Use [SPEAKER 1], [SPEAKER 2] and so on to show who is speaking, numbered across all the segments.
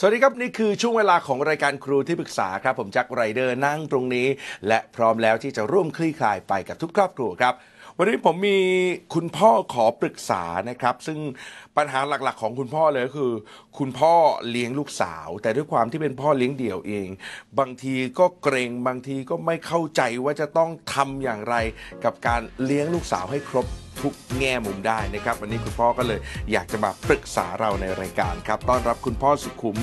[SPEAKER 1] สวัสดีครับ นี่คือช่วงเวลาของรายการครูที่ปรึกษาครับ ผมแจ็คไรเดอร์นั่งตรงนี้ และพร้อมแล้วที่จะร่วมคลี่คลายไปกับทุกครอบครัวครับ วันนี้ผมมีคุณพ่อขอปรึกษานะครับ ซึ่งปัญหาหลักๆ ของคุณพ่อเลยก็คือ คุณพ่อเลี้ยงลูกสาว แต่ด้วยความที่เป็นพ่อเลี้ยงเดี่ยวเอง บางทีก็เกรงบางทีก็ไม่เข้าใจว่าจะต้องทำอย่างไร กับการเลี้ยงลูกสาวให้ครบ ทุกแง่มุมได้นะครับ วันนี้คุณพ่อก็เลยอยากจะมาปรึกษาเราในรายการครับ ต้อนรับคุณพ่อสุขุม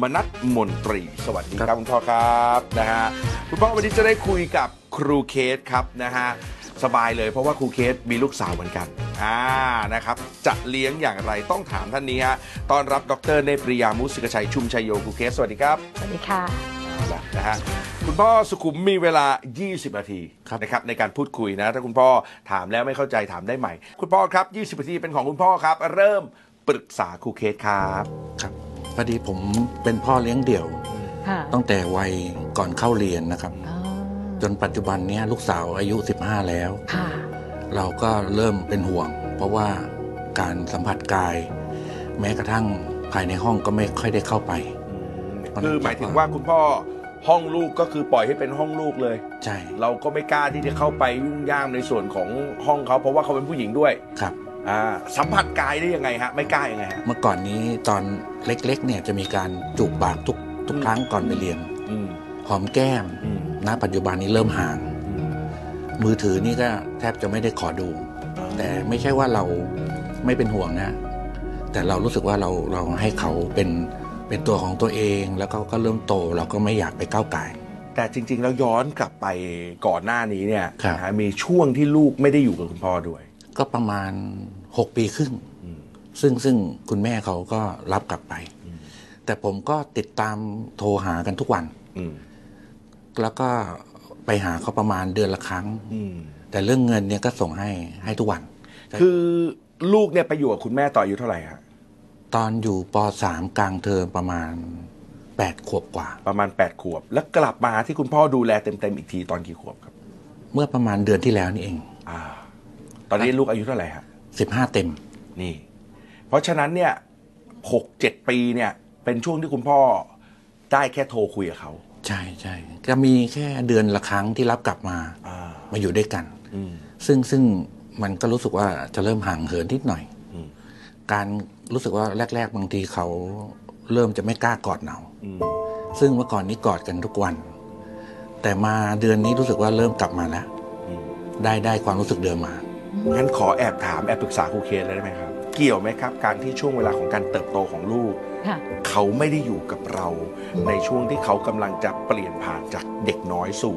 [SPEAKER 1] มนัทมนตรี สวัสดีครับคุณพ่อครับนะฮะคุณพ่อวันนี้จะได้คุยกับครูเคสครับนะฮะสบายเลยเพราะว่าครูเคสมีลูกสาวเหมือนกันอ่านะครับจะเลี้ยงอย่างไรต้องถามท่านนี้ฮะต้อนรับดรเนปริยามุสิกชัยชุมชัยโยครูเคสสวัสดีครับ
[SPEAKER 2] สวัสดีค่ะ
[SPEAKER 1] เอาละนะฮะคุณพ่อสุขุมมีเวลา 20 นาทีนะครับในการพูดคุยนะ ถ้าคุณพ่อถามแล้วไม่เข้าใจถามได้ใหม่ คุณพ่อครับ 20 นาทีเป็นของคุณพ่อครับ เริ่มปรึกษาครูเคสครับ
[SPEAKER 3] ครับพอดีผมเป็นพ่อเลี้ยงเดี่ยว
[SPEAKER 2] ค่ะ
[SPEAKER 3] ตั้งแต่วัยก่อนเข้าเรียนนะครับ
[SPEAKER 2] อ๋อ
[SPEAKER 3] จนปัจจุบันเนี้ยลูกสาวอายุ 15 แล้ว
[SPEAKER 2] ค่ะ
[SPEAKER 3] เราก็เริ่มเป็นห่วง เพราะว่าการสัมผัสกาย แม้กระทั่งภายในห้องก็ไม่ค่อยได้เข้าไป
[SPEAKER 1] คือหมายถึงว่าคุณพ่อห้องลูกก็คือปล่อยให้เป็นห้องลูกเลย
[SPEAKER 3] ใช่
[SPEAKER 1] เราก็ไม่กล้าที่จะเข้าไปยุ่งย่ามในส่วนของห้องเขาเพราะว่าเขาเป็นผู้หญิงด้วย
[SPEAKER 3] ครับ
[SPEAKER 1] อ่าสัมผัสกายได้ยังไงฮะไม่กล้ายังไงฮะ
[SPEAKER 3] เมื่อก่อนนี้ตอนเล็กๆเนี่ยจะมีการจูบปากทุกทุกครั้งก่อนไปเรียน
[SPEAKER 1] อืม
[SPEAKER 3] หอมแก้ม
[SPEAKER 1] อืม
[SPEAKER 3] ณปัจจุบันนี้เริ่มห่าง
[SPEAKER 1] อืม
[SPEAKER 3] มือถือนี่ก็แทบจะไม่ได้ขอดู แต่ไม่ใช่ว่าเราไม่เป็นห่วงนะ แต่เรารู้สึกว่าเราเราให้เขาเป็นเป็นตัวของตัวเองแล้วก็ก็เริ่มโตเราก็ไม่อยากไปก้าวไก่าย
[SPEAKER 1] แต่จริง ๆ แล้วย้อนกลับไปก่อนหน้านี้เนี่ย
[SPEAKER 3] ครับ
[SPEAKER 1] นะฮะมีช่วงที่ลูกไม่ได้อยู่กับคุณพ่อด้วย
[SPEAKER 3] ก็ประมาณ 6 ปีครึ่ง
[SPEAKER 1] อืม
[SPEAKER 3] ซึ่งซึ่งคุณแม่เขาก็รับกลับไป
[SPEAKER 1] อืม
[SPEAKER 3] แต่ผมก็ติดตามโทรหากันทุกวัน
[SPEAKER 1] อืม
[SPEAKER 3] แล้วก็ไปหาเขาประมาณเดือนละครั้ง
[SPEAKER 1] อืม
[SPEAKER 3] แต่เรื่องเงินเนี่ยก็ส่งให้ให้ทุกวัน
[SPEAKER 1] คือลูกเนี่ยไปอยู่กับคุณแม่ต่ออายุเท่าไหร่ฮะ
[SPEAKER 3] ตอนอยู่ป .3 กลางเทอมประมาณ 8 ขวบกว่า
[SPEAKER 1] ประมาณ 8 ขวบ แล้วกลับมาที่คุณพ่อดูแลเต็มๆอีกทีตอนกี่ขวบครับ
[SPEAKER 3] เมื่อประมาณเดือนที่แล้วนี่เอง
[SPEAKER 1] อ่า ตอนนี้ลูกอายุเท่าไหร่ฮะ
[SPEAKER 3] 15 เต็ม
[SPEAKER 1] นี่ เพราะฉะนั้นเนี่ยหกเจ็ดปีเนี่ย เป็นช่วงที่คุณพ่อได้แค่โทรคุยกับเขา
[SPEAKER 3] ใช่ใช่จะมีแค่เดือนละครั้งที่รับกลับมา
[SPEAKER 1] อ่า
[SPEAKER 3] มาอยู่ด้วยกัน
[SPEAKER 1] อืม
[SPEAKER 3] ซึ่งซึ่งมันก็รู้สึกว่าจะเริ่มห่างเหินนิดหน่อย
[SPEAKER 1] อืม
[SPEAKER 3] การรู้สึกว่าแรก ๆ บางทีเขาเริ่มจะไม่กล้ากอดเรา
[SPEAKER 1] อืม
[SPEAKER 3] ซึ่งเมื่อก่อนนี้กอดกันทุกวัน แต่มาเดือนนี้รู้สึกว่าเริ่มกลับมาแล้ว
[SPEAKER 1] อืม
[SPEAKER 3] ได้ได้ความรู้สึกเดิมมา
[SPEAKER 1] งั้นขอแอบถามแอบปรึกษาครูเคสเลยได้ไหมครับ เกี่ยวไหมครับ การที่ช่วงเวลาของการเติบโตของลูก
[SPEAKER 2] ค่ะ
[SPEAKER 1] เขาไม่ได้อยู่กับเรา ในช่วงที่เขากำลังจะเปลี่ยนผ่านจากเด็กน้อยสู่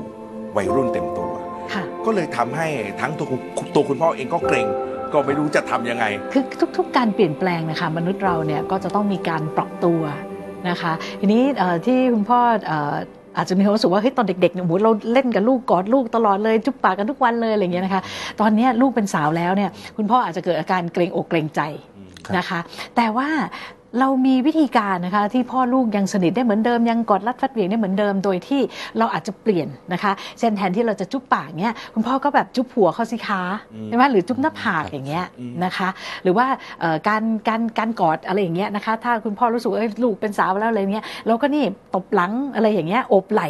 [SPEAKER 1] วัยรุ่นเต็มตัว
[SPEAKER 2] ค่ะ
[SPEAKER 1] ก็เลยทำให้ทั้งตัวคุณตัวคุณพ่อเองก็เกรง ก็ไม่รู้จะทำยังไง
[SPEAKER 2] คือทุกๆ การเปลี่ยนแปลงนะคะมนุษย์เราเนี่ยก็จะต้องมีการปรับตัวนะคะ ทีนี้เอ่อที่คุณพ่อเอ่ออาจจะมีความรู้สึกว่าเฮ้ยตอนเด็กๆเนี่ยโอ้โหเราเล่นกับลูกกอดลูกตลอดเลยจุ๊บปากกันทุกวันเลยอะไรอย่างเงี้ยนะคะ ตอนเนี้ยลูกเป็นสาวแล้วเนี่ยคุณพ่ออาจจะเกิดอาการเกรงอกเกรงใจ
[SPEAKER 3] ครับ
[SPEAKER 2] นะคะ แต่ว่าเรามีวิธีการนะคะที่พ่อลูกยังสนิทได้เหมือนเดิมยังกอดรัดฟัดเหวี่ยงได้เหมือนเดิมโดยที่เราอาจจะเปลี่ยนนะคะเช่นแทนที่เราจะจุ๊บปากเนี่ยคุณพ่อก็แบบจุ๊บหัวเขาสิคะ
[SPEAKER 1] อืม
[SPEAKER 2] ใช่ไหมหรือจุ๊บหน้าผากอย่างเงี้ย
[SPEAKER 1] อืม
[SPEAKER 2] นะคะ หรือว่าเอ่อการการการกอดอะไรอย่างเงี้ยนะคะ ถ้าคุณพ่อรู้สึกว่าเอ้ยลูกเป็นสาวแล้วอะไรเงี้ยเราก็นี่ตบหลังอะไรอย่างเงี้ยโอบไหล่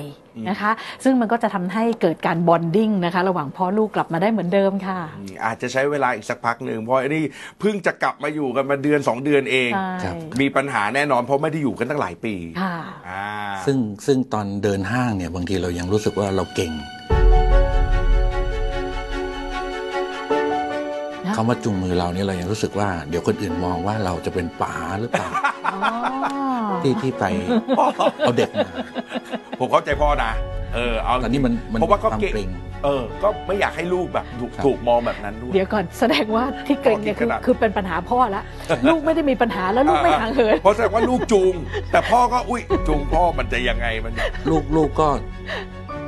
[SPEAKER 2] นะคะ ซึ่งมันก็จะทำให้เกิดการบอนดิ้งนะคะ ระหว่างพ่อลูกกลับมาได้เหมือนเดิมค่ะ
[SPEAKER 1] อืมอาจจะใช้เวลาอีกสักพักหนึ่งเพราะไอ้นี่เพิ่งจะกลับมาอยู่กันมาเดือน 2 เดือนเอง
[SPEAKER 2] ใช่
[SPEAKER 3] ครับ
[SPEAKER 1] มีปัญหาแน่นอนเพราะไม่ได้อยู่กันตั้งหลายปี
[SPEAKER 2] ค่ะ
[SPEAKER 1] อ่า
[SPEAKER 3] ซึ่งซึ่งตอนเดินห้างเนี่ยบางทีเรายังรู้สึกว่าเราเก่ง
[SPEAKER 2] นะ
[SPEAKER 3] คำว่าจุงมือเราเนี่ยเรายังรู้สึกว่า เดี๋ยวคนอื่นมองว่าเราจะเป็นป๋าหรื อเปล่า
[SPEAKER 2] อ๋อ
[SPEAKER 3] ที่ที่ไปเอาเด็กมา
[SPEAKER 1] ผมเข้าใจพ่อนะเออเอา
[SPEAKER 3] ตอนนี้มันมัน
[SPEAKER 1] เพราะว่าก็
[SPEAKER 3] ความ
[SPEAKER 1] เก่
[SPEAKER 3] เกรง ง
[SPEAKER 1] เออ ก็ไม่อยากให้ลูกแบบถูก
[SPEAKER 3] ครับ
[SPEAKER 1] ถูกมองแบบนั้นด้วย
[SPEAKER 2] เดี๋ยวก่อนแสดงว่าที่เกรงเนี่ยคือ
[SPEAKER 1] ขอกินกระดาษ
[SPEAKER 2] คือเป็นปัญหาพ่อละ ลูกไม่ได้มีปัญหาแล้วลูกไม่ห่างเหิน
[SPEAKER 1] เพราะแสดงว่าลูกจูง แต่พ่อก็อุ้ยจูงพ่อมันจะยังไงมัน
[SPEAKER 3] ลูกลูกก็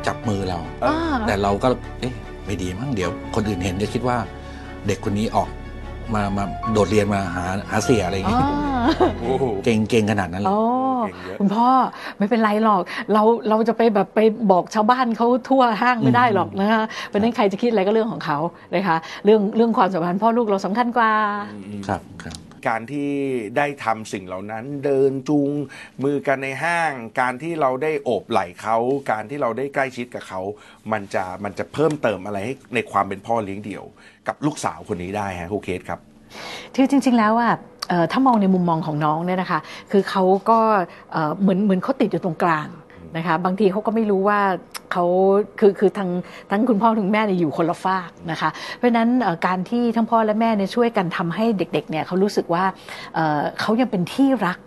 [SPEAKER 3] จับมือเรา
[SPEAKER 1] เออ
[SPEAKER 3] แต่เราก็เอ๊ะ ไม่ดีมั้งเดี๋ยวคนอื่นเห็นจะคิดว่าเด็กคนนี้ออกมามาโดดเรียนมาหาหาเสียอะไรอย่าง
[SPEAKER 2] อ๋
[SPEAKER 3] เงี้ย
[SPEAKER 2] อ
[SPEAKER 1] โอ้โห
[SPEAKER 3] เก่งเก่งขนาดนั้นเลย
[SPEAKER 2] โอ้
[SPEAKER 1] เก่งเยอะ
[SPEAKER 2] คุณพ่อไม่เป็นไรหรอก เราเราจะไปแบบไปบอกชาวบ้านเขาทั่วห้างไม่ได้หรอกนะคะเพราะฉะนั้นใครจะคิดอะไรก็เรื่องของเขานะคะเรื่องเรื่องความสัมพันธ์พ่อลูกเราสำคัญกว่า
[SPEAKER 3] ครับครับ
[SPEAKER 1] การที่ได้ทำสิ่งเหล่านั้นเดินจูงมือกันในห้าง การที่เราได้โอบไหล่เขา การที่เราได้ใกล้ชิดกับเขา มันจะมันจะเพิ่มเติมอะไรให้ในความเป็นพ่อเลี้ยงเดี่ยว กับลูกสาวคนนี้ได้ฮะครูเคสครับ
[SPEAKER 2] คือจริง ๆ แล้วอ่ะเอ่อถ้ามองในมุมมองของน้องเนี่ยนะคะ คือเขาก็เอ่อเหมือนเหมือนเขาติดอยู่ตรงกลางนะคะ บางทีเขาก็ไม่รู้ว่าเขาคือคือทางทั้งคุณพ่อทั้งแม่เนี่ยอยู่คนละฝากนะคะ เพราะฉะนั้นเอ่อการที่ทั้งพ่อและแม่เนี่ยช่วยกันทำให้เด็กๆเนี่ยเขารู้สึกว่าเอ่อเขายังเป็นที่รัก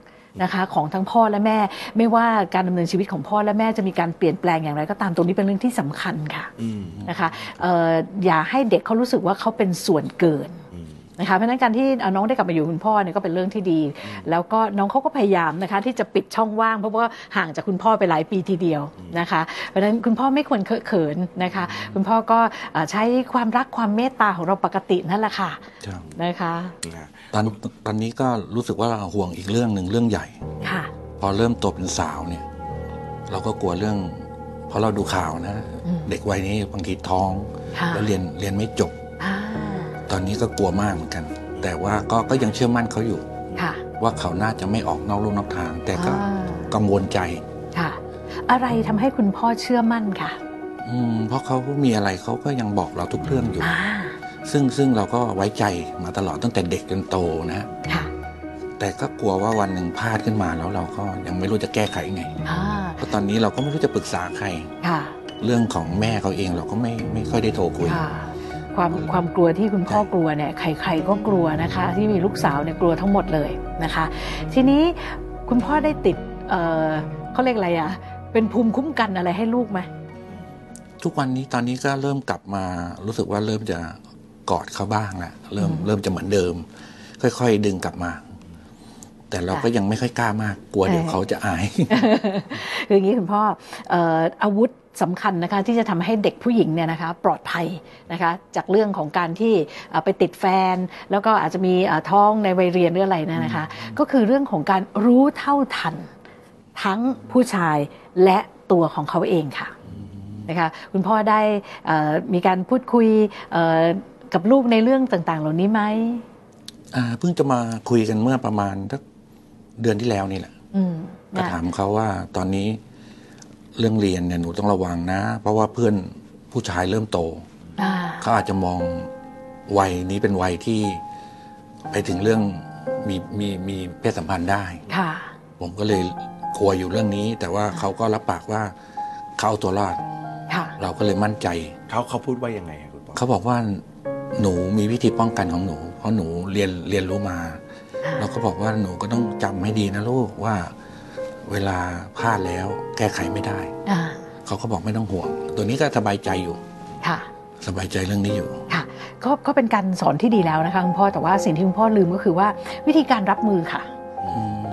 [SPEAKER 2] นะคะของทั้งพ่อและแม่ ไม่ว่าการดำเนินชีวิตของพ่อและแม่จะมีการเปลี่ยนแปลงอย่างไรก็ตามตรงนี้เป็นเรื่องที่สำคัญค่ะ
[SPEAKER 1] อืม
[SPEAKER 2] นะคะเอ่ออย่าให้เด็กเขารู้สึกว่าเขาเป็นส่วนเกิน
[SPEAKER 1] อืม
[SPEAKER 2] นะคะเพราะฉะนั้นการที่เอาน้องได้กลับมาอยู่คุณพ่อเนี่ยก็เป็นเรื่องที่ดี แล้วก็น้องเขาก็พยายามนะคะที่จะปิดช่องว่างเพราะว่าห่างจากคุณพ่อไปหลายปีทีเดียวนะคะเพราะฉะนั้นคุณพ่อไม่ควรเคอะเขินนะคะ คุณพ่อก็เอ่อใช้ความรักความเมตตาของเราปกตินั่นแหละค่ะ
[SPEAKER 3] ครับ
[SPEAKER 2] นะคะ
[SPEAKER 3] ตอนตอนนี้ก็รู้สึกว่าห่วงอีกเรื่องหนึ่งเรื่องใหญ่
[SPEAKER 2] ค่ะ
[SPEAKER 3] พอเริ่มโตเป็นสาวเนี่ย เราก็กลัวเรื่อง เพราะเราดูข่าวนะ
[SPEAKER 2] อืม
[SPEAKER 3] เด็กวัยนี้บางทีท้อง
[SPEAKER 2] ค่ะ
[SPEAKER 3] แล้วเรียนเรียนไม่จบ
[SPEAKER 2] อ่า
[SPEAKER 3] ตอนนี้ก็กลัวมากเหมือนกัน แต่ว่าก็ก็ยังเชื่อมั่นเขาอยู่
[SPEAKER 2] ค่ะ
[SPEAKER 3] ว่าเขาน่าจะไม่ออกนอกลู่นอกทาง แต่ก็
[SPEAKER 2] อ่า
[SPEAKER 3] กังวลใจ
[SPEAKER 2] ค่ะ อะไรทำให้คุณพ่อเชื่อมั่นค่ะ
[SPEAKER 3] อืมเพราะเขามีอะไรเขาก็ยังบอกเราทุกเรื่องอยู่
[SPEAKER 2] อ่า
[SPEAKER 3] ซึ่งซึ่งเราก็ไว้ใจมาตลอดตั้งแต่เด็กจนโตนะ
[SPEAKER 2] ค่ะ
[SPEAKER 3] แต่ก็กลัวว่าวันหนึ่งพลาดขึ้นมาแล้วเราก็ยังไม่รู้จะแก้ไขยังไง
[SPEAKER 2] อ่า
[SPEAKER 3] เพราะตอนนี้เราก็ไม่รู้จะปรึกษาใคร
[SPEAKER 2] ค่ะ
[SPEAKER 3] เรื่องของแม่เขาเองเราก็ไม่ไม่ค่อยได้โทรคุย
[SPEAKER 2] ค่ะความความกลัวที่คุณพ่อกลัวเนี่ยใครๆก็กลัวนะคะ ที่มีลูกสาวเนี่ยกลัวทั้งหมดเลยนะคะ ทีนี้คุณพ่อได้ติดเอ่อเขาเรียกอะไรอะเป็นภูมิคุ้มกันอะไรให้ลูกไหม
[SPEAKER 3] ทุกวันนี้ตอนนี้ก็เริ่มกลับมารู้สึกว่าเริ่มจะกอดเขาบ้างละเริ่มเริ่มจะเหมือนเดิม ค่อย ๆ ดึงกลับมา แต่เราก็ยังไม่ค่อยกล้ามากกลัวเดี๋ยวเขาจะอาย
[SPEAKER 2] คืออย่างนี้คุณพ่อเอ่ออาวุธสำคัญนะคะที่จะทำให้เด็กผู้หญิงเนี่ยนะคะปลอดภัยนะคะจากเรื่องของการที่เอ่อไปติดแฟน แล้วก็อาจจะมีเอ่อท้องในวัยเรียนหรืออะไรเนยนะคะ ก็คือเรื่องของการรู้เท่าทัน ทั้งผู้ชายและตัวของเขาเองค่ะ นะคะคุณพ่อได้เอ่อมีการพูดคุยเอ่อกับลูกในเรื่องต่างๆ เหล่านี้ไหม
[SPEAKER 3] อ่าเพิ่งจะมาคุยกันเมื่อประมาณสักเดือนที่แล้วนี่แหละ
[SPEAKER 2] อืม
[SPEAKER 3] ก็
[SPEAKER 2] นะ
[SPEAKER 3] ถามเขาว่าตอนนี้เรื่องเรียนเนี่ยหนูต้องระวังนะ เพราะว่าเพื่อนผู้ชายเริ่มโต
[SPEAKER 2] อ่า
[SPEAKER 3] เขาอาจจะมองวัยนี้เป็นวัยที่ไปถึงเรื่องมีมีมีเพศสัมพันธ์ได้
[SPEAKER 2] ค่ะ
[SPEAKER 3] ผมก็เลยกลัวอยู่เรื่องนี้ แต่ว่าเขาก็รับปากว่าเขาเอาตัวรอด
[SPEAKER 2] ค่ะ
[SPEAKER 3] เราก็เลยมั่นใจ
[SPEAKER 1] เขาเขาพูดว่ายังไงฮะคุณปอ
[SPEAKER 3] เขาบอกว่าหนูมีวิธีป้องกันของหนู เพราะหนูเรียนเรียนรู้มา เราก็บอกว่าหนูก็ต้องจำให้ดีนะลูกว่าเวลาพลาดแล้วแก้ไขไม่ได้
[SPEAKER 2] อ่า
[SPEAKER 3] เขาก็บอกไม่ต้องห่วง ตัวนี้ก็สบายใจอยู่
[SPEAKER 2] ค่ะ
[SPEAKER 3] สบายใจเรื่องนี้อยู่
[SPEAKER 2] ค่ะ ก็ก็เป็นการสอนที่ดีแล้วนะคะคุณพ่อ แต่ว่าสิ่งที่คุณพ่อลืมก็คือว่าวิธีการรับมือค่ะ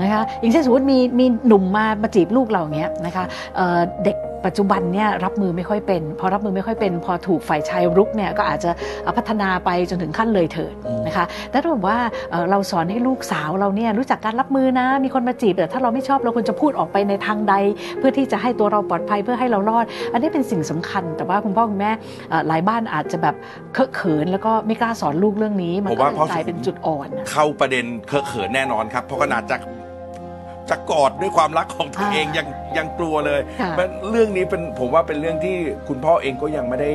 [SPEAKER 2] นะคะอย่างเช่นสมมติมีมีหนุ่มมามาจีบลูกเราอย่างเงี้ยนะคะเอ่อเด็กปัจจุบันเนี่ยรับมือไม่ค่อยเป็น พอรับมือไม่ค่อยเป็น พอถูกฝ่ายชายรุกเนี่ยก็อาจจะเอ่อพัฒนาไปจนถึงขั้นเลยเถิดนะคะแต่ถ้าแบบว่าเอ่อเราสอนให้ลูกสาวเราเนี่ยรู้จักการรับมือนะ มีคนมาจีบแต่ถ้าเราไม่ชอบเราควรจะพูดออกไปในทางใด เพื่อที่จะให้ตัวเราปลอดภัยเพื่อให้เรารอด อันนี้เป็นสิ่งสำคัญ แต่ว่าคุณพ่อคุณแม่เอ่อหลายบ้านอาจจะแบบเคอะเขินแล้วก็ไม่กล้าสอนลูกเรื่องนี้ มันก็เลยกลายเป็นจุดอ่อน
[SPEAKER 1] เข้าประเด็นเคอะเขินแน่นอนครับ เพราะขนาดจะจะกอดด้วยความรักของตัวเองยังยังกลัวเลย
[SPEAKER 2] ค่ะ
[SPEAKER 1] มันเรื่องนี้เป็นผมว่าเป็นเรื่องที่คุณพ่อเองก็ยังไม่ได้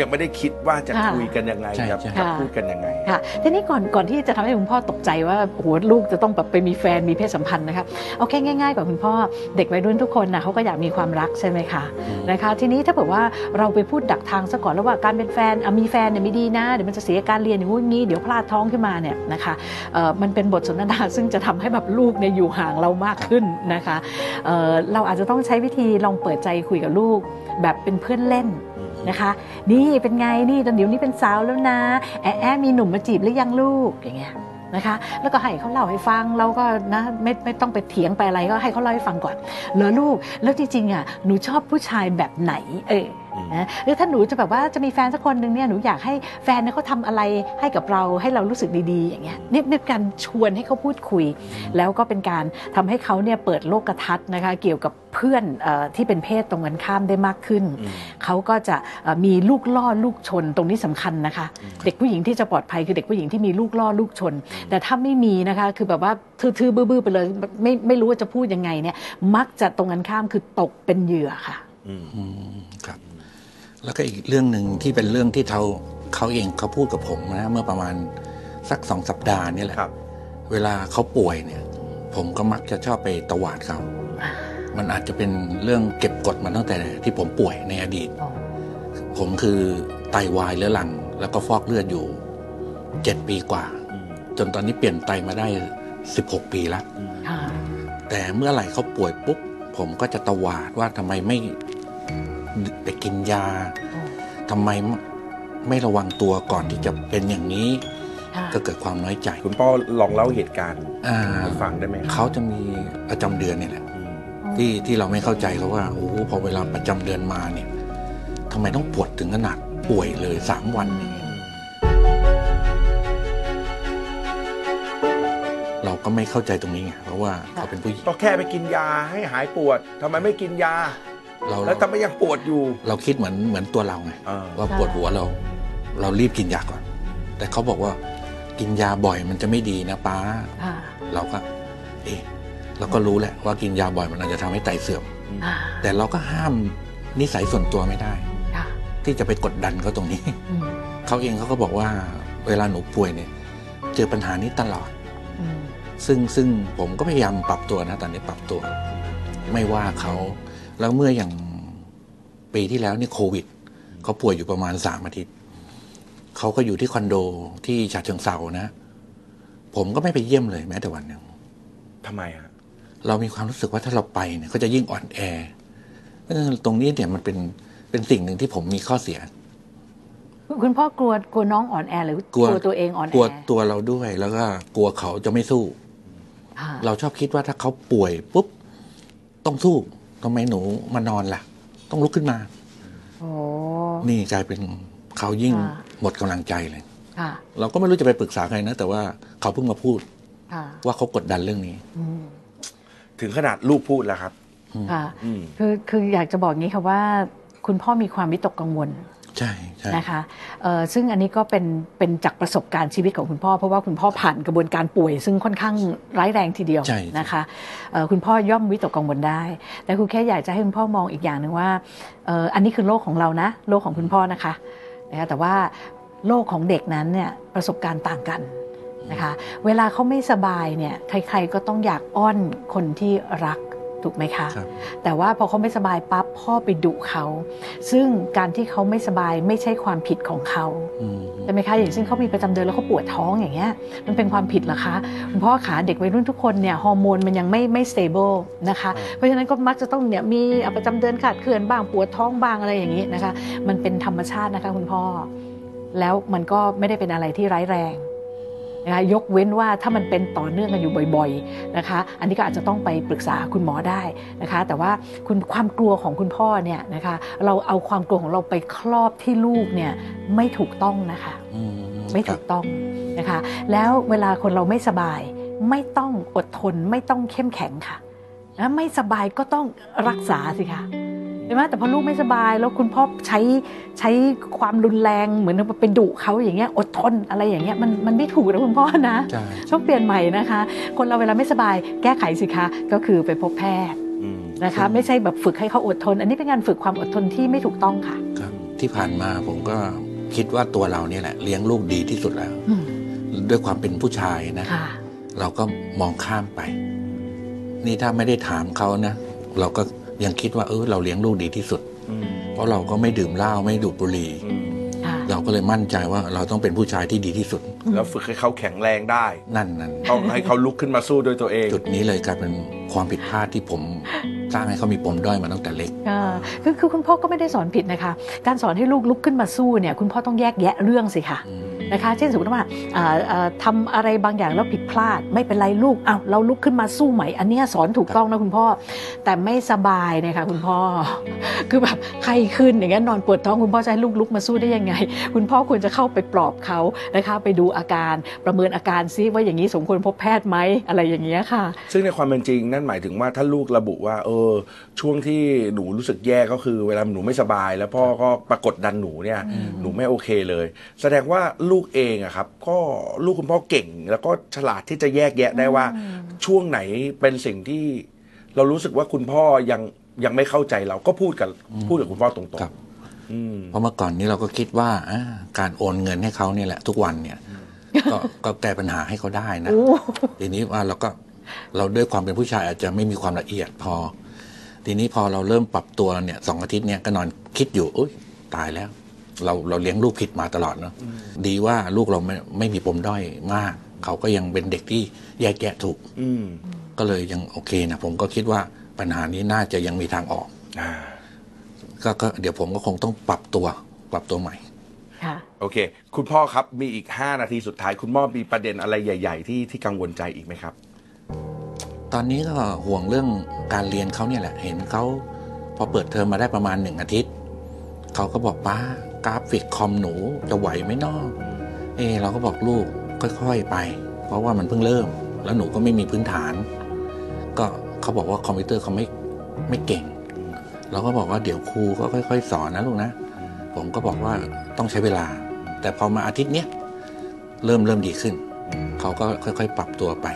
[SPEAKER 1] ยังไม่ได้คิดว่าจะ
[SPEAKER 2] ค่ะ
[SPEAKER 1] คุยกันยังไง
[SPEAKER 3] ใช่
[SPEAKER 1] จะ
[SPEAKER 3] ใช่
[SPEAKER 1] จะพูดกันยังไง
[SPEAKER 2] ค่ะทีนี้ก่อนก่อนที่จะทำให้คุณพ่อตกใจว่าโอ้โหลูกจะต้องแบบไปมีแฟนมีเพศสัมพันธ์นะคะเอาแค่ง่ายๆก่อนคุณพ่อเด็กวัยรุ่นทุกคนนะเขาก็อยากมีความรักใช่ไหมคะนะคะ ทีนี้ถ้าเผื่อว่าเราไปพูดดักทางซะก่อนแล้วว่าการเป็นแฟนอ่ะมีแฟนเนี่ยไม่ดีนะเดี๋ยวมันจะเสียการเรียนอย่างงู้นอย่างงี้เดี๋ยวพลาดท้องขึ้นมาเนี่ยนะคะเอ่อมันเป็นบทสนทนา ซึ่งจะทำให้แบบลูกเนี่ยอยู่ห่างเรามากขึ้นนะคะเอ่อเราอาจจะต้องใช้วิธีลองเปิดใจคุยกับลูก แบบเป็นเพื่อนเล่นนะคะ นี่เป็นไงนี่ตอนเดี๋ยวนี้เป็นสาวแล้วนะ แอะแอะมีหนุ่มมาจีบหรือยังลูกอย่างเงี้ยนะคะ แล้วก็ให้เขาเล่าให้ฟังเราก็นะไม่ไม่ต้องไปเถียงไปอะไรก็ให้เขาเล่าให้ฟังก่อนเหรอลูกแล้วจริงๆอ่ะหนูชอบผู้ชายแบบไหน เออ นะหรือถ้าหนูจะแบบว่าจะมีแฟนสักคนหนึ่งเนี่ยหนูอยากให้แฟนเนี่ยเขาทำอะไรให้กับเราให้เรารู้สึกดีๆ อย่างเงี้ยเนี่ยเนี่ยเป็นการชวนให้เขาพูดคุย แล้วก็เป็นการทำให้เขาเนี่ยเปิดโลกทัศน์นะคะเกี่ยวกับเพื่อนเออที่เป็นเพศตรงกันข้ามได้มากขึ้น
[SPEAKER 1] อืม
[SPEAKER 2] เขาก็จะเอ่อมีลูกล่อลูกชนตรงนี้สำคัญนะคะ เด็กผู้หญิงที่จะปลอดภัยคือเด็กผู้หญิงที่มีลูกล่อลูกชน แต่ถ้าไม่มีนะคะคือแบบว่าทื่อๆบื้อๆไปเลยไม่ไม่รู้ว่าจะพูดยังไงเนี่ยมักจะตรงกันข้ามคือตกเป็นเหยื่อค่ะ
[SPEAKER 1] อืม
[SPEAKER 3] อืมครับ แล้วก็อีกเรื่องหนึ่งที่เป็นเรื่องที่เขาเขาเองเขาพูดกับผมนะเมื่อประมาณสักสองสัปดาห์นี่แหละ
[SPEAKER 1] ครับ
[SPEAKER 3] เวลาเขาป่วยเนี่ย ผมก็มักจะชอบไปตวาดเขามันอาจจะเป็นเรื่องเก็บกดมาตั้งแต่ที่ผมป่วยในอดีต ผมคือไตวายเรื้อรัง แล้วก็ฟอกเลือดอยู่เจ็ดปีกว่า
[SPEAKER 1] อืม
[SPEAKER 3] จนตอนนี้เปลี่ยนไตมาได้ 16 ปีแล้ว
[SPEAKER 1] อืม
[SPEAKER 2] ค่ะ
[SPEAKER 3] แต่เมื่อไหร่เขาป่วยปุ๊บ ผมก็จะตวาดว่าทำไมไม่ไปกินยาทำไมไม่ระวังตัวก่อนที่จะเป็นอย่างนี้
[SPEAKER 2] ค่ะ
[SPEAKER 3] ก็เกิดความน้อยใจ
[SPEAKER 1] คุณพ่อลองเล่าเหตุการณ์
[SPEAKER 3] อ่า
[SPEAKER 1] ให้ฟังได้ไหมครับ
[SPEAKER 3] เขาจะมีประจำเดือนเนี่ยแหละ
[SPEAKER 1] อืม
[SPEAKER 3] ที่ที่เราไม่เข้าใจเขาว่าโอ้โหพอเวลาประจำเดือนมาเนี่ยทำไมต้องปวดถึงขนาดป่วยเลยสามวันเนี่ย เราก็ไม่เข้าใจตรงนี้ไงเพราะว่าเขาเป็นผู้หญิง
[SPEAKER 1] ก็แค่ไปกินยาให้หายปวดทำไมไม่กินยา
[SPEAKER 3] เรา
[SPEAKER 1] แล้วทำไมยังปวดอยู่
[SPEAKER 3] เราคิดเหมือนเหมือนตัวเราไง
[SPEAKER 1] อ่า
[SPEAKER 3] ว่าปวดหัวเรา เรารีบกินยาก่อน แต่เขาบอกว่ากินยาบ่อยมันจะไม่ดีนะป้า
[SPEAKER 2] ค่ะ
[SPEAKER 3] เราก็ เอะเราก็รู้แหละว่ากินยาบ่อยมันอาจจะทำให้ไตเสื่อม
[SPEAKER 2] อ่า
[SPEAKER 3] แต่เราก็ห้ามนิสัยส่วนตัวไม่ได้
[SPEAKER 2] ค่ะ
[SPEAKER 3] ที่จะไปกดดันเขาตรงนี้
[SPEAKER 2] อืม
[SPEAKER 3] เขาเองเขาก็บอกว่า เวลาหนูป่วยเนี่ย เจอปัญหานี้ตลอด
[SPEAKER 2] อืม
[SPEAKER 3] ซึ่งซึ่งผมก็พยายามปรับตัวนะตอนนี้ปรับตัว ไม่ว่าเขาแล้วเมื่ออย่างปีที่แล้วนี่โควิดเขาป่วยอยู่ประมาณสามอาทิตย์เขาก็อยู่ที่คอนโดที่ฉะเชิงเซานะ ผมก็ไม่ไปเยี่ยมเลยแม้แต่วันหนึ่ง
[SPEAKER 1] ทำไมฮะ
[SPEAKER 3] เรามีความรู้สึกว่าถ้าเราไปเนี่ยก็จะยิ่งอ่อนแอเออตรงนี้เนี่ยมันเป็นเป็นสิ่งหนึ่งที่ผมมีข้อเสีย
[SPEAKER 2] คุณพ่อกลัวกลัวน้องอ่อนแอหรือก
[SPEAKER 3] ลัว
[SPEAKER 2] ตัวเองอ่อนแอก
[SPEAKER 3] ลัวตัวเราด้วยแล้วก็กลัวเขาจะไม่สู้
[SPEAKER 2] ค่ะ
[SPEAKER 3] เราชอบคิดว่าถ้าเขาป่วยปุ๊บ ต้องสู้ทำไมหนูมานอนล่ะ ต้องลุกขึ้นมา
[SPEAKER 2] โอ้
[SPEAKER 3] นี่กลายเป็นเขายิ่ง
[SPEAKER 2] ค่ะ
[SPEAKER 3] หมดกำลังใจเลย
[SPEAKER 2] ค่ะ
[SPEAKER 3] เราก็ไม่รู้จะไปปรึกษาใครนะ แต่ว่าเขาเพิ่งมาพูด
[SPEAKER 2] ค่ะ
[SPEAKER 3] ว่าเขากดดันเรื่องนี้
[SPEAKER 2] อืม
[SPEAKER 1] ถึงขนาดลูกพูดแล้วครับ
[SPEAKER 2] ค่ะ
[SPEAKER 1] อืม
[SPEAKER 2] คือคืออยากจะบอกงี้ค่ะว่าคุณพ่อมีความวิตกกังวล
[SPEAKER 3] ใช่ใช่
[SPEAKER 2] นะคะเอ่อซึ่งอันนี้ก็เป็นเป็นจากประสบการณ์ชีวิตของคุณพ่อ เพราะว่าคุณพ่อผ่านกระบวนการป่วย ซึ่งค่อนข้างร้ายแรงทีเดียวนะคะเอ่อคุณพ่อย่อมวิตกกังวลได้ แต่คุณแค่อยากจะให้คุณพ่อมองอีกอย่างหนึ่งว่าเอ่ออันนี้คือโลกของเรานะโลกของคุณพ่อนะคะนะคะแต่ว่าโลกของเด็กนั้นเนี่ยประสบการณ์ต่างกันนะคะเวลาเขาไม่สบายเนี่ยใครๆก็ต้องอยากอ้อนคนที่รักถูกไหมคะ
[SPEAKER 3] ครับ
[SPEAKER 2] แต่ว่าพอเขาไม่สบายปั๊บพ่อไปดุเขา ซึ่งการที่เขาไม่สบายไม่ใช่ความผิดของเขา
[SPEAKER 3] อืม
[SPEAKER 2] ใช่ไหมคะอย่างเช่นเขามีประจำเดือนแล้วเขาปวดท้องอย่างเงี้ยมันเป็นความผิดเหรอคะคุณพ่อขาเด็กวัยรุ่นทุกคนเนี่ยฮอร์โมนมันยังไม่ไม่สเตเบิลนะคะเพราะฉะนั้นก็มักจะต้องเนี่ยมีอ่ะประจำเดือนขาดเคลื่อนบ้างปวดท้องบ้างอะไรอย่างนี้นะคะ มันเป็นธรรมชาตินะคะคุณพ่อ แล้วมันก็ไม่ได้เป็นอะไรที่ร้ายแรงนะคะยกเว้นว่าถ้ามันเป็นต่อเนื่องกันอยู่บ่อย ๆนะคะ อันนี้ก็อาจจะต้องไปปรึกษาคุณหมอได้นะคะ แต่ว่าคุณความกลัวของคุณพ่อเนี่ยนะคะ เราเอาความกลัวของเราไปครอบที่ลูกเนี่ยไม่ถูกต้องนะคะ
[SPEAKER 3] อื
[SPEAKER 2] ไม่ถูกต้องนะคะ แล้วเวลาคนเราไม่สบาย ไม่ต้องอดทนไม่ต้องเข้มแข็งค่ะนะไม่สบายก็ต้องรักษาสิคะใช่ไหมแต่พอลูกไม่สบายแล้วคุณพ่อใช้ใช้ความรุนแรงเหมือนเป็นดุเขาอย่างเงี้ยอดทนอะไรอย่างเงี้ยมันมันไม่ถูกนะคุณพ่อนะ
[SPEAKER 3] ใช่
[SPEAKER 2] ต้องเปลี่ยนใหม่นะคะ คนเราเวลาไม่สบายแก้ไขสิคะก็คือไปพบแพทย์
[SPEAKER 1] อืม
[SPEAKER 2] นะคะไม่ใช่แบบฝึกให้เขาอดทน อันนี้เป็นการฝึกความอดทนที่ไม่ถูกต้องค่ะ
[SPEAKER 3] ครับ ที่ผ่านมาผมก็คิดว่าตัวเราเนี่ยแหละเลี้ยงลูกดีที่สุดแล้ว
[SPEAKER 2] อืม
[SPEAKER 3] ด้วยความเป็นผู้ชายนะ
[SPEAKER 2] ค่ะ
[SPEAKER 3] เราก็มองข้ามไป นี่ถ้าไม่ได้ถามเขานะ เราก็ยังคิดว่าเออเราเลี้ยงลูกดีที่สุด
[SPEAKER 1] อืม
[SPEAKER 3] เพราะเราก็ไม่ดื่มเหล้าไม่ดูดบุหรี่
[SPEAKER 1] อืม
[SPEAKER 2] ค่ะ
[SPEAKER 3] เราก็เลยมั่นใจว่าเราต้องเป็นผู้ชายที่ดีที่สุด
[SPEAKER 1] แล้วฝึกให้เขาแข็งแรงได้
[SPEAKER 3] นั่นนั่น
[SPEAKER 1] ต้องให้เขาลุกขึ้นมาสู้ด้วยตัวเอง
[SPEAKER 3] จุดนี้เลยกลายเป็นความผิดพลาดที่ผม สร้างให้เขามีปมด้อยมาตั้งแต่เล็ก
[SPEAKER 2] อ่าคือคือคุณพ่อก็ไม่ได้สอนผิดนะคะ การสอนให้ลูกลุกขึ้นมาสู้เนี่ยคุณพ่อต้องแยกแยะเรื่องสิคะนะคะ เช่นสมมติว่าอ่าอ่าทำาอะไรบางอย่างแล้วผิดพลาด ไม่เป็นไรลูกอ้าวเราลุกขึ้นมาสู้ใหม่ อันเนี้ยสอนถูกต้องนะคุณพ่อ แต่ไม่สบายนะคะคุณพ่อ คือแบบไข้ขึ้นอย่างเงี้ยนอนปวดท้องคุณพ่อจะให้ลูกลุกมาสู้ได้ยังไง คุณพ่อควรจะเข้าไปปลอบเขานะคะไปดูอาการประเมินอาการซิว่าอย่างนี้สมควรพบแพทย์ไหมอะไรอย่างเงี้ยค่ะ
[SPEAKER 1] ซึ่งในความเป็นจริงนั่นหมายถึงว่าถ้าลูกระบุว่า เออ ช่วงที่หนูรู้สึกแย่ก็คือ เวลาหนูไม่สบาย แล้วพ่อก็ปรากฏดันหนูเนี่ย หนูไม่โอเคเลย แสดงว่าลูกเองอะครับ ก็ลูกคุณพ่อเก่ง แล้วก็ฉลาดที่จะแยกแยะได้ว่า ช่วงไหนเป็นสิ่งที่ เรารู้สึกว่าคุณพ่อยังยังไม่เข้าใจเราก็พูดกับพูดกับคุณพ่อตรง
[SPEAKER 3] ครับ
[SPEAKER 1] ๆอืม
[SPEAKER 3] เพราะเมื่อก่อนนี้เราก็คิดว่าอ่าการโอนเงินให้เขาเนี่ยแหละ ทุกวันเนี่ยก็ก็แก้ปัญหาให้เขาได้นะ
[SPEAKER 2] โอ้
[SPEAKER 3] ทีนี้ว่าเราก็เราด้วยความเป็นผู้ชายอาจจะไม่มีความละเอียดพอ ทีนี้พอเราเริ่มปรับตัวเนี่ยสองอาทิตย์เนี่ยก็นอนคิดอยู่อุ้ยตายแล้ว เราเราเลี้ยงลูกผิดมาตลอดเนาะดีว่าลูกเราไม่ไม่มีปมด้อยมาก เขาก็ยังเป็นเด็กที่แยกแยะถูก
[SPEAKER 1] อืม
[SPEAKER 3] ก็เลยยังโอเคนะผมก็คิดว่าปัญหานี้น่าจะยังมีทางออก
[SPEAKER 1] อ่า
[SPEAKER 3] กก็เดี๋ยวผมก็คงต้องปรับตัวปรับตัวใหม่
[SPEAKER 2] ค่ะ
[SPEAKER 1] โอเค คุณพ่อครับมีอีก 5 นาทีสุดท้าย คุณพ่อมีประเด็นอะไรใหญ่ ๆ ที่ที่กังวลใจอีกไหมครับ
[SPEAKER 3] ตอนนี้ก็ห่วงเรื่องการเรียนเขาเนี่ยแหละ เห็นเขาพอเปิดเทอมมาได้ประมาณหนึ่งอาทิตย์ เขาก็บอกป้ากราฟิกคอมหนูจะไหวไหมนอกเออเราก็บอกลูกค่อยๆไป เพราะว่ามันเพิ่งเริ่ม แล้วหนูก็ไม่มีพื้นฐาน ก็เขาบอกว่าคอมพิวเตอร์เขาไม่ไม่เก่ง เราก็บอกว่าเดี๋ยวครูก็ค่อย ๆ สอนนะลูกนะ ผมก็บอกว่าต้องใช้เวลา แต่พอมาอาทิตย์เนี้ยเริ่มเริ่มดีขึ้น เขาก็ค่อย ๆ ปรับตัวไป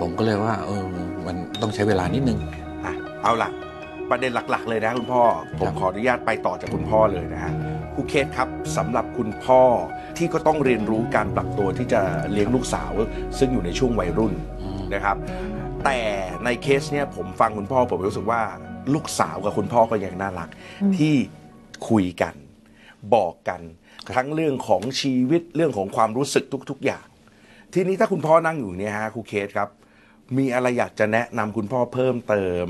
[SPEAKER 3] ผมก็เลยว่าเออมันต้องใช้เวลานิดนึง
[SPEAKER 1] อ่ะเอาล่ะ ประเด็นหลักๆ เลยนะคุณพ่อ ผม
[SPEAKER 3] ครับ
[SPEAKER 1] ขออนุญาตไปต่อจากคุณพ่อเลยนะฮะครูเคสครับสำหรับคุณพ่อที่ก็ต้องเรียนรู้การปรับตัวที่จะเลี้ยงลูกสาว ซึ่งอยู่ในช่วงวัยรุ่นนะครับ แต่ในเคสเนี่ยผมฟังคุณพ่อผมรู้สึกว่าลูกสาวกับคุณพ่อก็ยังน่ารัก
[SPEAKER 2] อืม
[SPEAKER 1] ที่คุยกัน บอกกัน ทั้งเรื่องของชีวิตเรื่องของความรู้สึกทุก ๆ อย่าง ทีนี้ถ้าคุณพ่อนั่งอยู่เนี่ยฮะครูเคสครับ มีอะไรอยากจะแนะนำคุณพ่อเพิ่มเติม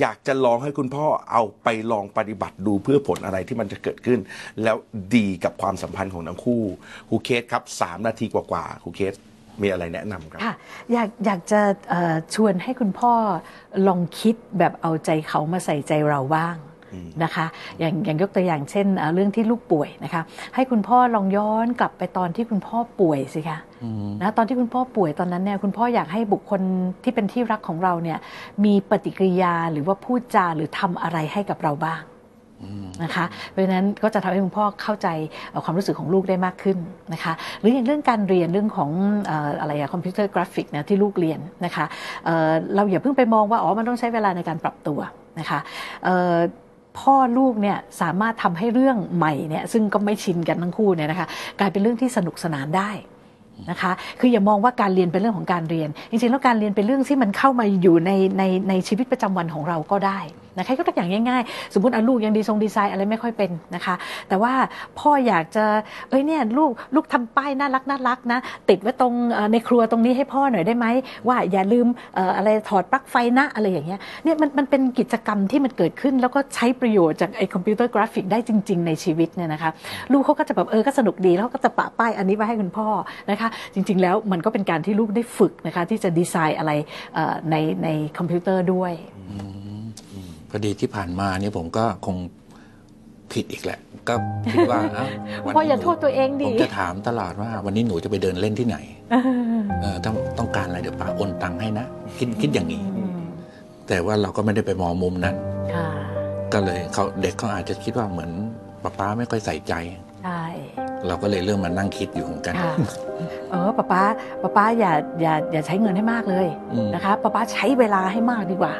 [SPEAKER 1] อยากจะลองให้คุณพ่อเอาไปลองปฏิบัติดูเพื่อผลอะไรที่มันจะเกิดขึ้น แล้วดีกับความสัมพันธ์ของทั้งคู่ครูเคสครับสามนาทีกว่าๆครูเคสมีอะไรแนะนำครับ
[SPEAKER 2] ค่ะอยากอยากจะเอ่อชวนให้คุณพ่อลองคิดแบบเอาใจเขามาใส่ใจเราบ้าง
[SPEAKER 1] อืม
[SPEAKER 2] นะคะ อย่างอย่างยกตัวอย่างเช่นเอ่อเรื่องที่ลูกป่วยนะคะ ให้คุณพ่อลองย้อนกลับไปตอนที่คุณพ่อป่วยสิคะนะตอนที่คุณพ่อป่วยตอนนั้นเนี่ยคุณพ่ออยากให้บุคคลที่เป็นที่รักของเราเนี่ยมีปฏิกิริยาหรือว่าพูดจาหรือทำอะไรให้กับเราบ้างนะคะเพราะฉะนั้นก็จะทำให้คุณพ่อเข้าใจเอ่อความรู้สึกของลูกได้มากขึ้นนะคะ หรืออย่างเรื่องการเรียนเรื่องของเอ่ออะไรอะคอมพิวเตอร์กราฟิกนะที่ลูกเรียนนะคะเอ่อเราอย่าเพิ่งไปมองว่าอ๋อมันต้องใช้เวลาในการปรับตัวนะคะเอ่อพ่อลูกเนี่ยสามารถทำให้เรื่องใหม่เนี่ยซึ่งก็ไม่ชินกันทั้งคู่เนี่ยนะคะกลายเป็นเรื่องที่สนุกสนานได้นะคะคืออย่ามองว่าการเรียนเป็นเรื่องของการเรียน จริงๆแล้วการเรียนเป็นเรื่องที่มันเข้ามาอยู่ในในในชีวิตประจำวันของเราก็ได้นะคะยกตัวอย่างง่ายๆ สมมติอ่ะลูกยังดีทรงดีไซน์อะไรไม่ค่อยเป็นนะคะ แต่ว่าพ่ออยากจะ เอ้ยเนี่ยลูกลูกทำป้ายน่ารักน่ารักนะ ติดไว้ตรงเอ่อในครัวตรงนี้ให้พ่อหน่อยได้ไหม ว่าอย่าลืมเอ่ออะไรถอดปลั๊กไฟนะอะไรอย่างเงี้ยเนี่ยมันมันเป็นกิจกรรมที่มันเกิดขึ้น แล้วก็ใช้ประโยชน์จากไอ้คอมพิวเตอร์กราฟิกได้จริง ๆ ในชีวิตเนี่ยนะคะลูกเขาก็จะแบบเออก็สนุกดีแล้วเขาก็จะปะป้ายอันนี้ไว้ให้คุณพ่อนะคะจริง ๆ แล้วมันก็เป็นการที่ลูกได้ฝึกนะคะที่จะดีไซน์อะไรเอ่อในในคอมพิวเตอร์ด้วย
[SPEAKER 3] พอดีที่ผ่านมาเนี่ยผมก็คงผิดอีกแหละ ก็คิดว่าเอ้าวันนี้
[SPEAKER 2] พ่ออย่าโทษตัว เองดิ
[SPEAKER 3] ผมจะถามตลอดว่า วันนี้หนูจะไปเดินเล่นที่ไหน
[SPEAKER 2] เออ
[SPEAKER 3] เออต้องต้องการอะไรเดี๋ยวป้าโอนตังค์ให้นะคิดคิดอย่างนี้
[SPEAKER 2] อืม
[SPEAKER 3] แต่ว่าเราก็ไม่ได้ไปมองมุมนั้น
[SPEAKER 2] ค่ะ
[SPEAKER 3] ก็เลยเขาเด็กเขาอาจจะคิดว่าเหมือนป้าป้าไม่ค่อยใส่ใจ
[SPEAKER 2] ใช่
[SPEAKER 3] เราก็เลยเริ่มมานั่งคิดอยู่เหมือนกัน
[SPEAKER 2] ค่ะเออป้าป้าป้าป้าอย่าอย่าอย่าใช้เงินให้มากเลย
[SPEAKER 3] อืม
[SPEAKER 2] นะคะป้าป้าใช้เวลาให้มากดีกว่า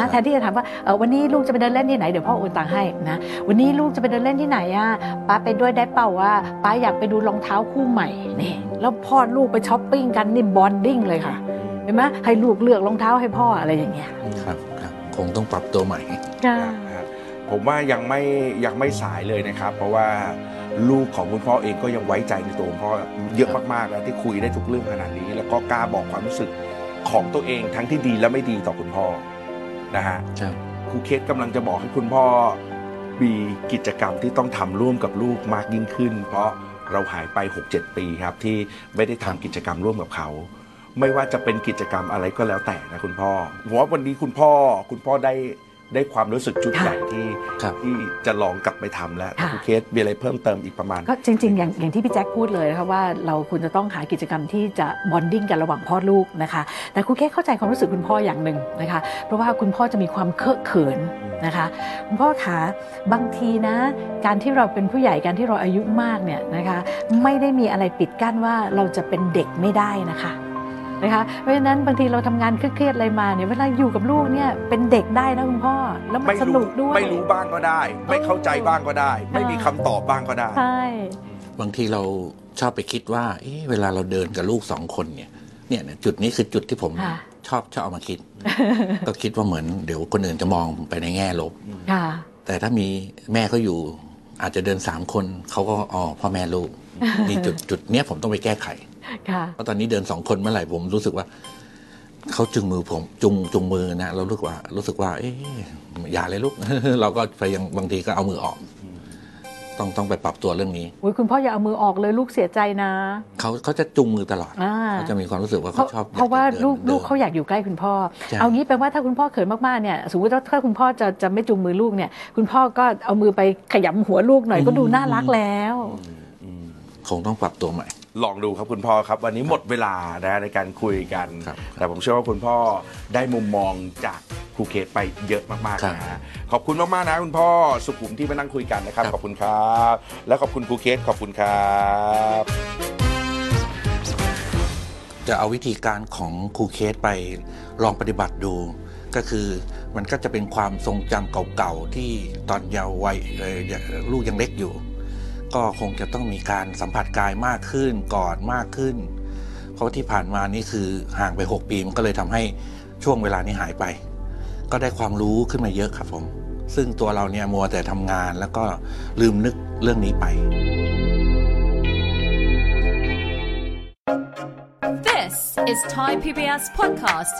[SPEAKER 3] ครั
[SPEAKER 2] นะ
[SPEAKER 3] บ
[SPEAKER 2] แทนที่จะถามว่าเออวันนี้ลูกจะไปเดินเล่นที่ไหนเดี๋ยวพ่อโอนตังค์ให้นะวันนี้ลูกจะไปเดินเล่นที่ไหนอ่ะป้าไปด้วยได้เปล่าว่าป้าอยากไปดูรองเท้าคู่ใหม่นี่แล้วพ่อลูกไปช้อปปิ้งกันนี่บอนดิ้งเลยค่ะเห็นไหมให้ลูกเลือกรองเท้าให้พ่ออะไรอย่างเงี้ย
[SPEAKER 3] ครับครับ คงต้องปรับตัวใหม่
[SPEAKER 1] ฮะผมว่ายังไม่ยังไม่สายเลยนะครับ เพราะว่าลูกของคุณพ่อเองก็ยังไว้ใจในตัวคุณพ่อเยอะมากๆนะที่คุยได้ทุกเรื่องขนาดนี้ แล้วก็กล้าบอกความรู้สึกของตัวเองทั้งที่ดีและไม่ดีต่อคุณพ่อ นะฮะ
[SPEAKER 3] ครับ
[SPEAKER 1] ครูเคสกำลังจะบอกให้คุณพ่อมีกิจกรรมที่ต้องทำร่วมกับลูกมากยิ่งขึ้น เพราะเราหายไป 6-7 ปีครับ ที่ไม่ได้ทำกิจกรรมร่วมกับเขา ไม่ว่าจะเป็นกิจกรรมอะไรก็แล้วแต่นะคุณพ่อผมว่าวันนี้คุณพ่อคุณพ่อได้ได้ความรู้สึกจุด
[SPEAKER 2] ค่ะ
[SPEAKER 1] ใหญ่ที่
[SPEAKER 3] ครับ
[SPEAKER 1] ที่จะลองกลับไปทำแล้ว
[SPEAKER 2] ค่ะ
[SPEAKER 1] ครูเคสมีอะไรเพิ่มเติมอีกประมาณ
[SPEAKER 2] ก็จริงๆ อย่างอย่างที่พี่แจ็คพูดเลยนะคะว่าเราควรจะต้องหากิจกรรมที่จะบอนดิ้งกันระหว่างพ่อลูกนะคะ แต่ครูเค้กเข้าใจความรู้สึกคุณพ่ออย่างหนึ่งนะคะ เพราะว่าคุณพ่อจะมีความเคอะเขินนะคะ คุณพ่อคะบางทีนะ การที่เราเป็นผู้ใหญ่การที่เราอายุมากเนี่ยนะคะไม่ได้มีอะไรปิดกั้นว่าเราจะเป็นเด็กไม่ได้นะคะนะคะ เพราะฉะนั้นบางทีเราทำงานเครียดๆอะไรมาเนี่ยเวลาอยู่กับลูกเนี่ยเป็นเด็กได้นะคุณพ่อแล้วมัน
[SPEAKER 1] ไม่
[SPEAKER 2] ส
[SPEAKER 1] รู้
[SPEAKER 2] นุกด้วย
[SPEAKER 1] ไม่รู้บ้างก็ได้ ไม่เข้าใจบ้างก็ได้ ไม่มีคำตอบบ้างก็ได้
[SPEAKER 2] ใช่
[SPEAKER 3] บางทีเราชอบไปคิดว่าเอ๊ะเวลาเราเดินกับลูกสองคนเนี่ยเนี่ยเนี่ยจุดนี้คือจุดที่ผม
[SPEAKER 2] ค่ะ
[SPEAKER 3] ชอบชอบเอามาคิด ก็คิดว่าเหมือนเดี๋ยวคนอื่นจะมองผมไปในแง่ลบ
[SPEAKER 2] ค่ะ
[SPEAKER 3] แต่ถ้ามีแม่เขาอยู่อาจจะเดินสามคนเขาก็อ๋อพ่อแม่ลูกนี่จุดจุดเนี้ยผมต้องไปแก้ไข
[SPEAKER 2] ค่ะ
[SPEAKER 3] เพราะตอนนี้เดินสองคนเมื่อไหร่ผมรู้สึกว่าเขาจึงมือผมจุงจุงมือนะเรารู้สึกว่ารู้สึกว่า เอ๊ะอย่าเลยลูก เราก็พยายามบางทีก็เอามือออก ต้องต้องไปปรับตัวเรื่องนี้
[SPEAKER 2] อุยคุณพ่ออย่าเอามือออกเลยลูกเสียใจนะ
[SPEAKER 3] เขาเขาจะจุงมือตลอด
[SPEAKER 2] อ่า
[SPEAKER 3] เขาจะมีความรู้สึกว่า
[SPEAKER 2] เพ
[SPEAKER 3] เขา
[SPEAKER 2] ราะ
[SPEAKER 3] ชอบ
[SPEAKER 2] เพราะว่า
[SPEAKER 3] ดิน
[SPEAKER 2] ลูก
[SPEAKER 3] ดิน
[SPEAKER 2] ลูกเขาอยากอยู่ใกล้คุณพ่อ
[SPEAKER 3] ใช่
[SPEAKER 2] เอางี้แปลว่าถ้าคุณพ่อเขินมากๆเนี่ยสมมติว่าถ้าคุณพ่อจะจะไม่จูงมือลูกเนี่ย คุณพ่อก็เอามือไปขยำหัวลูกหน่อยก็ดูน่ารักแล้ว
[SPEAKER 3] คงต้องปรับตัวใหม่
[SPEAKER 1] ลองดูครับคุณพ่อครับ วันนี้หมดเวลานะในการคุยกัน
[SPEAKER 3] ครับ
[SPEAKER 1] แต่ผมเชื่อว่าคุณพ่อได้มุมมองจากครูเคสไปเยอะมาก
[SPEAKER 3] ครั
[SPEAKER 1] ๆ
[SPEAKER 3] บ
[SPEAKER 1] นะฮะขอบคุณมากๆนะคุณพ่อสุขุมที่มานั่งคุยกันนะครับ
[SPEAKER 3] ครับ
[SPEAKER 1] ขอบคุณครับ และขอบคุณครูเคสขอบคุณครับ
[SPEAKER 3] จะเอาวิธีการของครูเคสไปลองปฏิบัติดู ก็คือมันก็จะเป็นความทรงจำเก่าๆ ที่ตอนเยาว์วัยเอ่อลูกยังเล็กอยู่ ก็คงจะต้องมีการสัมผัสกายมากขึ้นกอดมากขึ้น เพราะที่ผ่านมานี่คือห่างไป 6 ปีมันก็เลยทำให้ช่วงเวลานี้หายไป ก็ได้ความรู้ขึ้นมาเยอะครับผม ซึ่งตัวเราเนี่ยมัวแต่ทำงานแล้วก็ลืมนึกเรื่องนี้ไป
[SPEAKER 4] This is Thai PBS Podcast.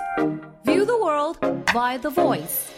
[SPEAKER 4] View the world via the voice.